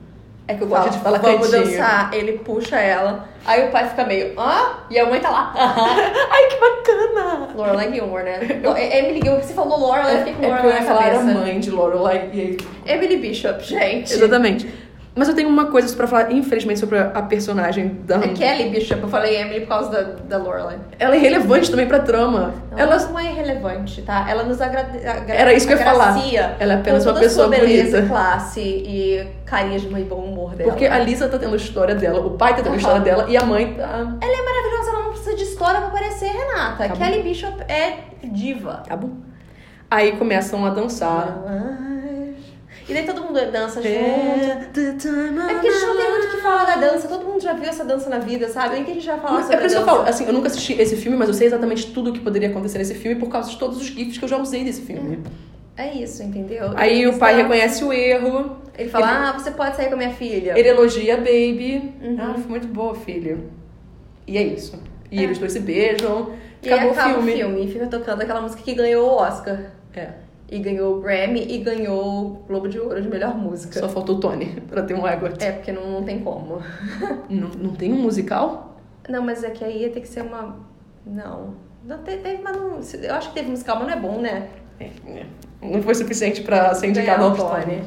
B: É que eu
A: fala,
B: gosto de falar
A: Vamos
B: cantinho.
A: dançar. Ele puxa ela. Aí o pai fica meio, hã? E a mãe tá lá. aham.
B: Ai, que bacana!
A: Lorelai Gilmore, né? É- Emily Gilmore, você falou Lorelai, eu fiquei com
B: é porque eu
A: Lorelai
B: ia
A: na
B: falar era
A: cabeça.
B: mãe de Lorelai e aí
A: Emily Bishop, gente. É
B: Exatamente. Mas eu tenho uma coisa pra falar, infelizmente, sobre a a personagem da
A: É Kelly Bishop, eu falei Emily por causa da, da Lorelai.
B: Ela é irrelevante também pra trama.
A: Ela
B: Ela,
A: não é irrelevante, tá? Ela nos agradece.
B: Era isso que eu ia falar. ela é apenas uma pessoa
A: sua beleza,
B: bonita.
A: classe e carisma e bom humor dela.
B: Porque a Lisa tá tendo a história dela, o pai tá tendo a
A: Aham.
B: história dela e a mãe tá.
A: Ela é maravilhosa, ela não precisa de história pra aparecer, Renata.
B: Tá bom.
A: Kelly Bishop é diva.
B: Tá bom. Aí começam a
A: Ah.
B: dançar.
A: E daí todo mundo dança
B: É
A: junto. É porque a gente não tem muito o que falar da dança, todo mundo já viu essa dança na vida, sabe? Nem que a gente vai falar
B: Mas
A: sobre
B: É por isso que
A: dança.
B: eu falo, assim, eu nunca assisti esse filme, mas eu sei exatamente tudo o que poderia acontecer nesse filme por causa de todos os gifs que eu já usei desse filme.
A: É isso, entendeu?
B: Aí
A: Eles
B: o pai
A: dançam,
B: reconhece o erro,
A: Ele fala, ah, você pode sair com a minha filha.
B: ele elogia a Baby.
A: Uhum.
B: Ah, foi muito boa, filho. E é isso. E eles dois se beijam.
A: E aí
B: Acabou o
A: acaba
B: filme.
A: o filme e fica tocando aquela música que ganhou o Oscar.
B: É.
A: E ganhou o Grammy e ganhou o Globo de Ouro de melhor música.
B: Só faltou o Tony pra ter um Egot.
A: É, porque não, não tem como.
B: Não, não tem um musical?
A: Não, mas é que aí ia ter que ser uma. Não. Não te- teve, mas não. se- Eu acho que teve musical, mas não é bom, né?
B: É, é. Não foi suficiente pra ser indicado
A: Ganhar
B: ao
A: o
B: Tony.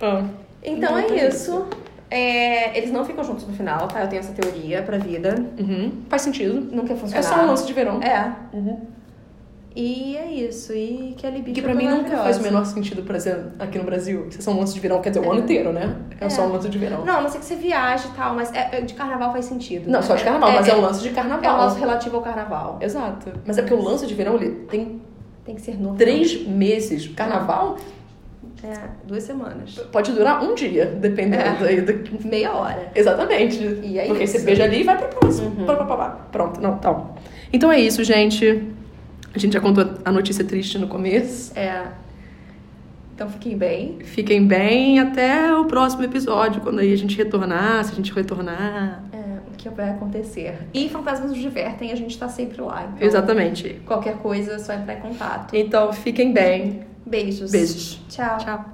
B: Ah.
A: Então
B: Não,
A: é
B: tá
A: isso. É, eles não ficam juntos no final, tá? Eu tenho essa teoria pra vida.
B: Uhum. Faz sentido.
A: Não quer funcionar.
B: É só um lance de verão.
A: É.
B: Uhum.
A: E é isso. E Kelly Beach
B: Que pra mim nunca faz o menor sentido, por exemplo, aqui no Brasil. Isso é só um lance de verão, quer dizer, o
A: É.
B: ano inteiro, né? É,
A: É.
B: só um lance de verão.
A: Não, a não ser que você viaje e tal, mas é- é- de carnaval faz sentido. né?
B: Não, só de carnaval, mas é, um lance de
A: É um
B: carnaval.
A: lance relativo ao carnaval.
B: Exato. Mas é porque o lance de verão, ele tem
A: Tem que ser novo.
B: três meses. Carnaval
A: É, duas semanas.
B: pode durar um dia, dependendo
A: É.
B: aí do...
A: Meia hora.
B: Exatamente.
A: E é
B: porque
A: isso. Uhum.
B: você beija ali e vai pra próxima. Pá, pá, pá, pá. Pronto, não, tá. Então é isso, gente. A gente já contou a notícia triste no começo.
A: É. Então fiquem bem.
B: Fiquem bem até o próximo episódio, quando aí a gente retornar, se a gente retornar.
A: É, o que vai acontecer. E fantasmas nos divertem, a gente tá sempre lá. Então,
B: Exatamente.
A: Qualquer coisa, é só entrar em contato.
B: Então, fiquem bem.
A: Beijos.
B: Beijos.
A: Tchau.
B: Tchau.